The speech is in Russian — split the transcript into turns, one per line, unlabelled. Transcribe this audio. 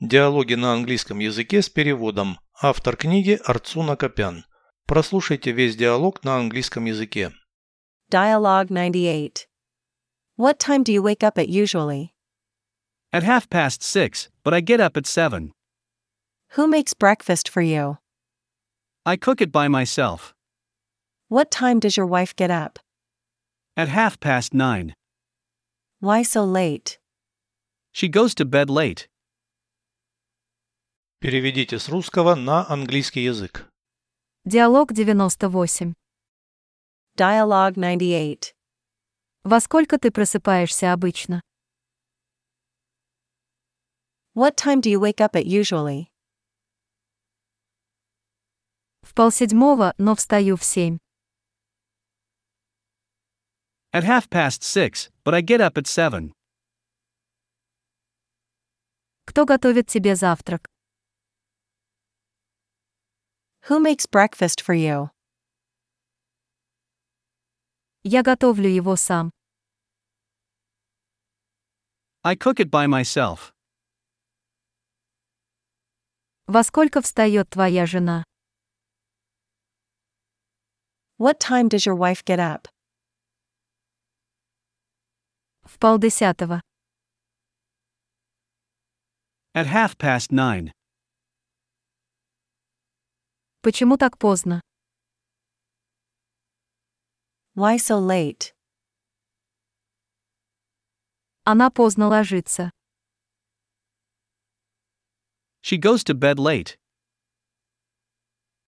Диалоги на английском языке с переводом. Автор книги Арцуна Копян. Прослушайте весь диалог на английском языке.
Dialogue 98. What time do you wake up at usually?
At half past six, but I get up at seven.
Who makes breakfast for you?
I cook it by myself.
What time does your wife get up?
At half past nine,
Why so late?
she goes to bed late.
Переведите с русского на английский язык.
Диалог 98.
Dialogue 98.
Во сколько ты просыпаешься обычно?
What time do you wake up at usually?
В полседьмого, но встаю в семь.
At half past six, but I get up at seven.
Кто готовит тебе завтрак?
Who makes breakfast for you?
Я готовлю его сам.
I cook it by myself.
Во сколько встает твоя жена?
What time does your wife get up?
В полдесятого.
At half past nine,
Почему так поздно?
Why so late?
Она поздно ложится.
she goes to bed late.